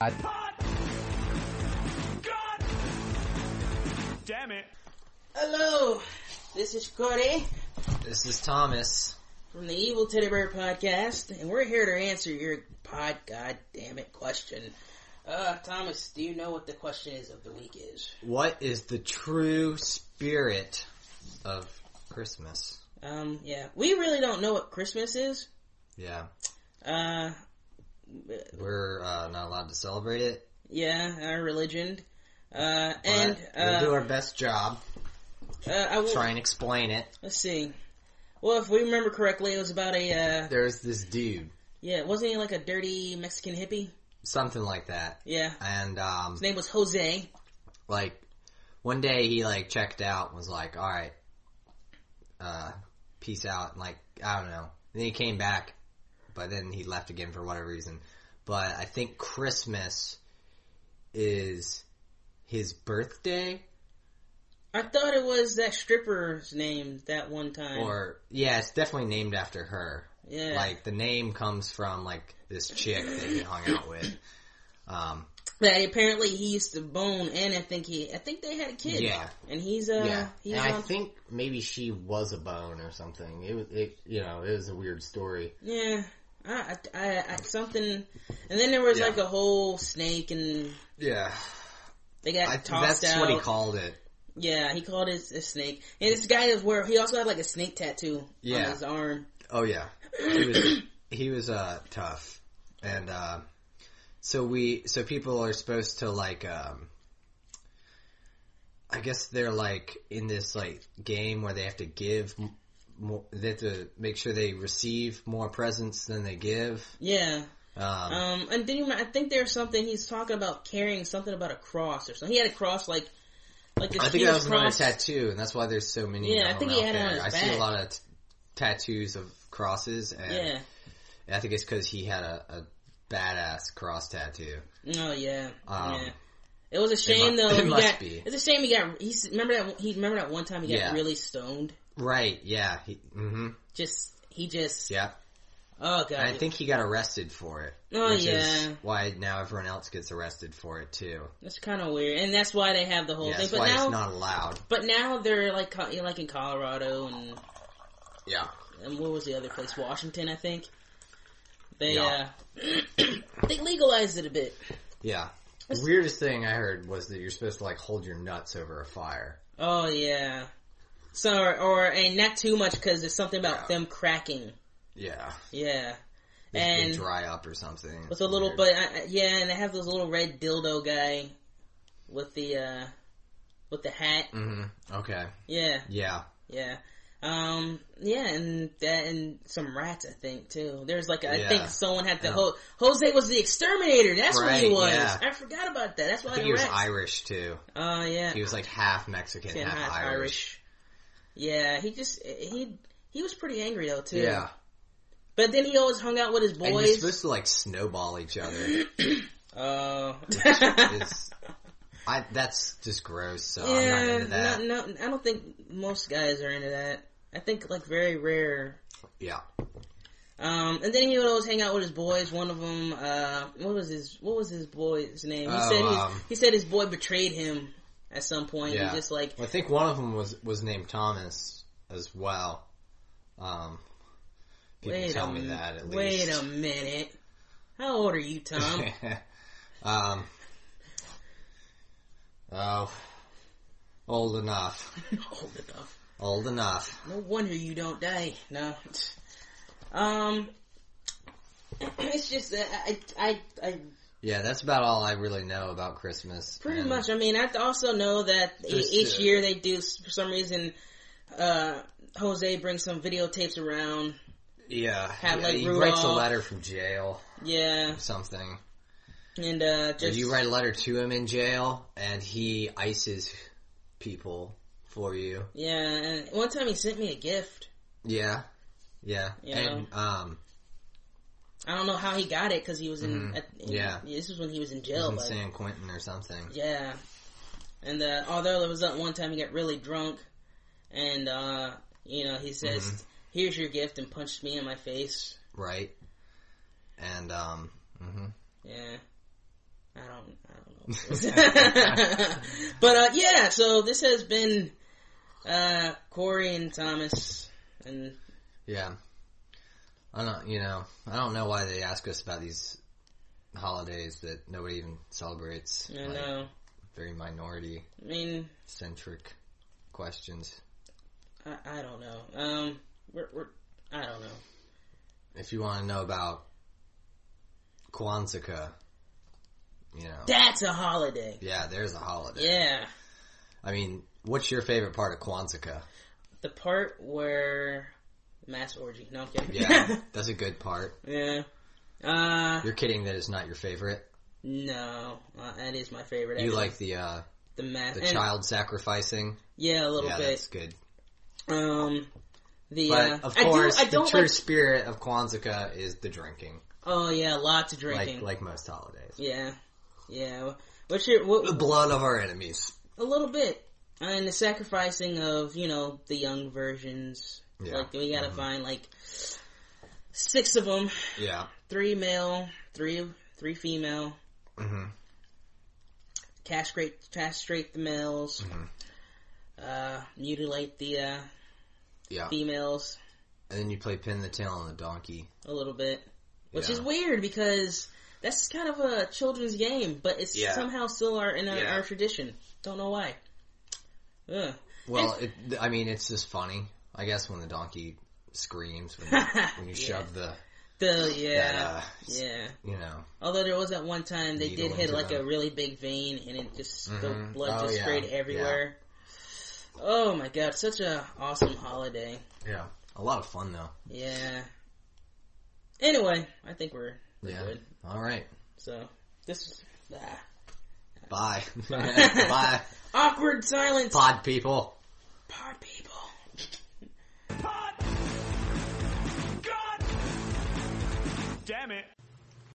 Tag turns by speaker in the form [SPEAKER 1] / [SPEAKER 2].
[SPEAKER 1] God.
[SPEAKER 2] God damn it.
[SPEAKER 3] Hello, this is Cody
[SPEAKER 1] This is Thomas.
[SPEAKER 3] from the Evil Teddy Bear Podcast, and we're here to answer your pod goddamn it question. Uh, Thomas, do you know what the question is of the week is?
[SPEAKER 1] What is the true spirit of Christmas?
[SPEAKER 3] Um, yeah, we really don't know what Christmas is.
[SPEAKER 1] Yeah,
[SPEAKER 3] Uh,
[SPEAKER 1] we're uh, not allowed to celebrate it.
[SPEAKER 3] yeah, our religion. Uh,
[SPEAKER 1] but
[SPEAKER 3] and
[SPEAKER 1] we'll do
[SPEAKER 3] uh,
[SPEAKER 1] our best job.
[SPEAKER 3] uh, I will,
[SPEAKER 1] Try and explain it.
[SPEAKER 3] let's see. Well, if we remember correctly, it was about a uh,
[SPEAKER 1] There's this dude,
[SPEAKER 3] yeah, wasn't he like a dirty Mexican hippie?
[SPEAKER 1] something like that,
[SPEAKER 3] Yeah,
[SPEAKER 1] and um,
[SPEAKER 3] his name was Jose.
[SPEAKER 1] like one day he like checked out and was like, all right, uh, peace out. And like, I don't know. then he came back, but then he left again for whatever reason. But I think Christmas is his birthday
[SPEAKER 3] I thought it was that stripper's name that one time.
[SPEAKER 1] or yeah, it's definitely named after her.
[SPEAKER 3] yeah,
[SPEAKER 1] Like the name comes from like this chick that he hung out with. Um,
[SPEAKER 3] that apparently he used to bone, and I think he, I think they had a kid.
[SPEAKER 1] yeah,
[SPEAKER 3] and he's uh,
[SPEAKER 1] yeah.
[SPEAKER 3] he's
[SPEAKER 1] and I
[SPEAKER 3] on,
[SPEAKER 1] think maybe she was a bone or something. It was, it, you know, it was a weird story.
[SPEAKER 3] yeah. I, I, I, I- something, and then there was
[SPEAKER 1] Yeah.
[SPEAKER 3] like a whole snake, and
[SPEAKER 1] Yeah,
[SPEAKER 3] they got
[SPEAKER 1] I,
[SPEAKER 3] tossed
[SPEAKER 1] that's
[SPEAKER 3] out.
[SPEAKER 1] what he called it.
[SPEAKER 3] yeah, he called it a snake, and this guy is where he also had like a snake tattoo on
[SPEAKER 1] Yeah.
[SPEAKER 3] his arm.
[SPEAKER 1] Oh yeah, he was he was uh, tough, and uh, so we so people are supposed to like. Um, I guess they're like in this like game where they have to give m- more. They have to make sure they receive more presents than they give.
[SPEAKER 3] Yeah,
[SPEAKER 1] Um,
[SPEAKER 3] um, and then you might- I think there's something he's talking about carrying something about a cross or something. He had a cross like, like this
[SPEAKER 1] I think
[SPEAKER 3] huge
[SPEAKER 1] that was another
[SPEAKER 3] cross.
[SPEAKER 1] tattoo, and that's why there's so many.
[SPEAKER 3] Yeah, I
[SPEAKER 1] of them
[SPEAKER 3] think he
[SPEAKER 1] out
[SPEAKER 3] had it on his
[SPEAKER 1] there. I see
[SPEAKER 3] back.
[SPEAKER 1] a lot of t- tattoos of crosses, and
[SPEAKER 3] Yeah.
[SPEAKER 1] I think it's because he had a, a badass cross tattoo.
[SPEAKER 3] Oh yeah.
[SPEAKER 1] Um,
[SPEAKER 3] yeah. It was a shame
[SPEAKER 1] mu-
[SPEAKER 3] though.
[SPEAKER 1] it
[SPEAKER 3] he
[SPEAKER 1] must
[SPEAKER 3] got-
[SPEAKER 1] be.
[SPEAKER 3] It's a shame he got. He s- remember that he remember that one time he got
[SPEAKER 1] Yeah.
[SPEAKER 3] really stoned.
[SPEAKER 1] Right? Yeah. He, mm-hmm.
[SPEAKER 3] Just he just.
[SPEAKER 1] Yeah.
[SPEAKER 3] Oh god.
[SPEAKER 1] And I think he got arrested for it.
[SPEAKER 3] Oh
[SPEAKER 1] which
[SPEAKER 3] yeah.
[SPEAKER 1] Is why now everyone else gets arrested for it too.
[SPEAKER 3] That's kind of weird, and that's why they have the whole
[SPEAKER 1] yeah,
[SPEAKER 3] thing.
[SPEAKER 1] that's
[SPEAKER 3] But
[SPEAKER 1] why
[SPEAKER 3] now,
[SPEAKER 1] it's not allowed.
[SPEAKER 3] but now they're like co- like in Colorado and
[SPEAKER 1] Yeah.
[SPEAKER 3] and what was the other place? Washington, I think. They
[SPEAKER 1] Yeah.
[SPEAKER 3] uh, they legalized it a bit.
[SPEAKER 1] Yeah. The weirdest thing I heard was that you're supposed to like hold your nuts over a fire.
[SPEAKER 3] Oh yeah. So or, or and not too much because there's something about
[SPEAKER 1] Yeah.
[SPEAKER 3] them cracking.
[SPEAKER 1] Yeah.
[SPEAKER 3] Yeah.
[SPEAKER 1] They-
[SPEAKER 3] And-
[SPEAKER 1] they dry up or something.
[SPEAKER 3] with a little
[SPEAKER 1] Weird.
[SPEAKER 3] but I, I- yeah and they have this little red dildo guy with the uh with the hat
[SPEAKER 1] Mhm. Okay.
[SPEAKER 3] yeah
[SPEAKER 1] Yeah.
[SPEAKER 3] yeah um yeah and that and some rats i think too there's like a, I
[SPEAKER 1] Yeah.
[SPEAKER 3] think someone had the
[SPEAKER 1] Yeah.
[SPEAKER 3] whole jose was the exterminator that's what he
[SPEAKER 1] Right,
[SPEAKER 3] was
[SPEAKER 1] yeah.
[SPEAKER 3] i forgot about that that's why
[SPEAKER 1] I think
[SPEAKER 3] the
[SPEAKER 1] he was
[SPEAKER 3] rats
[SPEAKER 1] Irish too.
[SPEAKER 3] oh yeah
[SPEAKER 1] He was like half Mexican,
[SPEAKER 3] Yeah,
[SPEAKER 1] half,
[SPEAKER 3] half
[SPEAKER 1] Irish.
[SPEAKER 3] yeah he just he he was pretty angry though too
[SPEAKER 1] Yeah.
[SPEAKER 3] but then he always hung out with his
[SPEAKER 1] And you're
[SPEAKER 3] boys
[SPEAKER 1] supposed to like snowball each other.
[SPEAKER 3] oh
[SPEAKER 1] It's, I that's just gross. So Oh, I'm not into that.
[SPEAKER 3] No, no, I don't think most guys are into that. I think like very rare.
[SPEAKER 1] Yeah.
[SPEAKER 3] Um, and then he would always hang out with his boys. One of them, uh, what was his what was his boy's name? He
[SPEAKER 1] Oh,
[SPEAKER 3] said his,
[SPEAKER 1] um,
[SPEAKER 3] he said his boy betrayed him at some point.
[SPEAKER 1] Yeah.
[SPEAKER 3] He just like
[SPEAKER 1] I think one of them was was named Thomas as well. Um, people
[SPEAKER 3] wait
[SPEAKER 1] tell
[SPEAKER 3] a,
[SPEAKER 1] me
[SPEAKER 3] min-
[SPEAKER 1] that at
[SPEAKER 3] wait
[SPEAKER 1] least.
[SPEAKER 3] a minute. How old are you, Tom?
[SPEAKER 1] um. Oh, old enough.
[SPEAKER 3] old enough.
[SPEAKER 1] Old enough.
[SPEAKER 3] No wonder you don't die. No. Um, it's just that I I I
[SPEAKER 1] Yeah, that's about all I really know about Christmas.
[SPEAKER 3] Pretty
[SPEAKER 1] and-
[SPEAKER 3] much. I mean, I also know that e-
[SPEAKER 1] Just,
[SPEAKER 3] each
[SPEAKER 1] uh,
[SPEAKER 3] year they do, s- for some reason, uh, Jose brings some videotapes around.
[SPEAKER 1] Yeah.
[SPEAKER 3] Had,
[SPEAKER 1] yeah,
[SPEAKER 3] like,
[SPEAKER 1] he writes a
[SPEAKER 3] Rudolph.
[SPEAKER 1] letter from jail
[SPEAKER 3] Yeah.
[SPEAKER 1] or something.
[SPEAKER 3] And, uh,
[SPEAKER 1] Or
[SPEAKER 3] just.
[SPEAKER 1] you write a letter to him in jail, and he ices people for you.
[SPEAKER 3] Yeah. And one time he sent me a gift.
[SPEAKER 1] Yeah. Yeah.
[SPEAKER 3] You
[SPEAKER 1] and um
[SPEAKER 3] I don't know how he got it because he was in.
[SPEAKER 1] Mhm.
[SPEAKER 3] At, in-
[SPEAKER 1] Yeah.
[SPEAKER 3] This was when he was in
[SPEAKER 1] he's
[SPEAKER 3] jail.
[SPEAKER 1] in
[SPEAKER 3] but-
[SPEAKER 1] San Quentin or something.
[SPEAKER 3] Yeah. And, uh, although there was that one time he got really drunk and, uh, you know, he says,
[SPEAKER 1] Mhm.
[SPEAKER 3] here's your gift and punched me in my face.
[SPEAKER 1] Right? And um mhm.
[SPEAKER 3] Yeah. I but uh, yeah, so this has been uh, Corey and Thomas, and
[SPEAKER 1] Yeah. I don't, you know, I don't know why they ask us about these holidays that nobody even celebrates.
[SPEAKER 3] you
[SPEAKER 1] Like,
[SPEAKER 3] know,
[SPEAKER 1] very minority
[SPEAKER 3] I mean,
[SPEAKER 1] centric questions.
[SPEAKER 3] I, I don't know. Um, we're, we're I don't know.
[SPEAKER 1] If you want to know about Kwanzaa, you know,
[SPEAKER 3] That's a holiday.
[SPEAKER 1] yeah, there's a holiday.
[SPEAKER 3] Yeah,
[SPEAKER 1] I mean, what's your favorite part of Kwanzaa?
[SPEAKER 3] the part where mass orgy. No, I'm kidding.
[SPEAKER 1] Yeah, that's a good part.
[SPEAKER 3] yeah. Uh,
[SPEAKER 1] You're kidding that it's not your favorite.
[SPEAKER 3] no, uh, that is my favorite.
[SPEAKER 1] You
[SPEAKER 3] actually.
[SPEAKER 1] like the uh,
[SPEAKER 3] the mass?
[SPEAKER 1] the
[SPEAKER 3] and-
[SPEAKER 1] child sacrificing?
[SPEAKER 3] Yeah, a little
[SPEAKER 1] Yeah,
[SPEAKER 3] bit.
[SPEAKER 1] that's good.
[SPEAKER 3] Um, the uh,
[SPEAKER 1] But of
[SPEAKER 3] I do-
[SPEAKER 1] course,
[SPEAKER 3] I do,
[SPEAKER 1] the true
[SPEAKER 3] like.
[SPEAKER 1] spirit of Kwanzaa is the drinking,
[SPEAKER 3] Oh yeah, lots of drinking.
[SPEAKER 1] like like most holidays.
[SPEAKER 3] yeah, yeah. What's your what,
[SPEAKER 1] The blood of our enemies.
[SPEAKER 3] a little bit and the sacrificing of you know the young versions.
[SPEAKER 1] Yeah. Mm-hmm.
[SPEAKER 3] Like we gotta find like six of them:
[SPEAKER 1] Yeah.
[SPEAKER 3] three male, three three female.
[SPEAKER 1] hmm
[SPEAKER 3] Castrate castrate the males.
[SPEAKER 1] Mm-hmm.
[SPEAKER 3] Uh, mutilate the uh,
[SPEAKER 1] Yeah.
[SPEAKER 3] females
[SPEAKER 1] And then you play pin the tail on the donkey.
[SPEAKER 3] a little bit, which
[SPEAKER 1] Yeah.
[SPEAKER 3] is weird because that's kind of a children's game, but it's
[SPEAKER 1] Yeah.
[SPEAKER 3] somehow still our in our,
[SPEAKER 1] Yeah.
[SPEAKER 3] our tradition. Don't know why. Ugh.
[SPEAKER 1] Well, it, I mean, it's just funny, I guess, when the donkey screams when you, when you
[SPEAKER 3] Yeah.
[SPEAKER 1] shove the,
[SPEAKER 3] The yeah,
[SPEAKER 1] that, uh,
[SPEAKER 3] yeah.
[SPEAKER 1] you know,
[SPEAKER 3] Although there was that one time they
[SPEAKER 1] Needle
[SPEAKER 3] did hit
[SPEAKER 1] into
[SPEAKER 3] like a
[SPEAKER 1] them.
[SPEAKER 3] really big vein and it just the
[SPEAKER 1] Mhm.
[SPEAKER 3] blood
[SPEAKER 1] Oh,
[SPEAKER 3] just
[SPEAKER 1] yeah.
[SPEAKER 3] sprayed
[SPEAKER 1] Yeah.
[SPEAKER 3] everywhere. Oh my god, such a awesome holiday.
[SPEAKER 1] yeah, a lot of fun though.
[SPEAKER 3] Yeah. Anyway, I think we're, we're
[SPEAKER 1] Yeah.
[SPEAKER 3] good.
[SPEAKER 1] All right.
[SPEAKER 3] So this ah.
[SPEAKER 1] Bye. Bye.
[SPEAKER 3] awkward silence.
[SPEAKER 1] Pod people.
[SPEAKER 3] Pod people.
[SPEAKER 2] Pot. God damn it.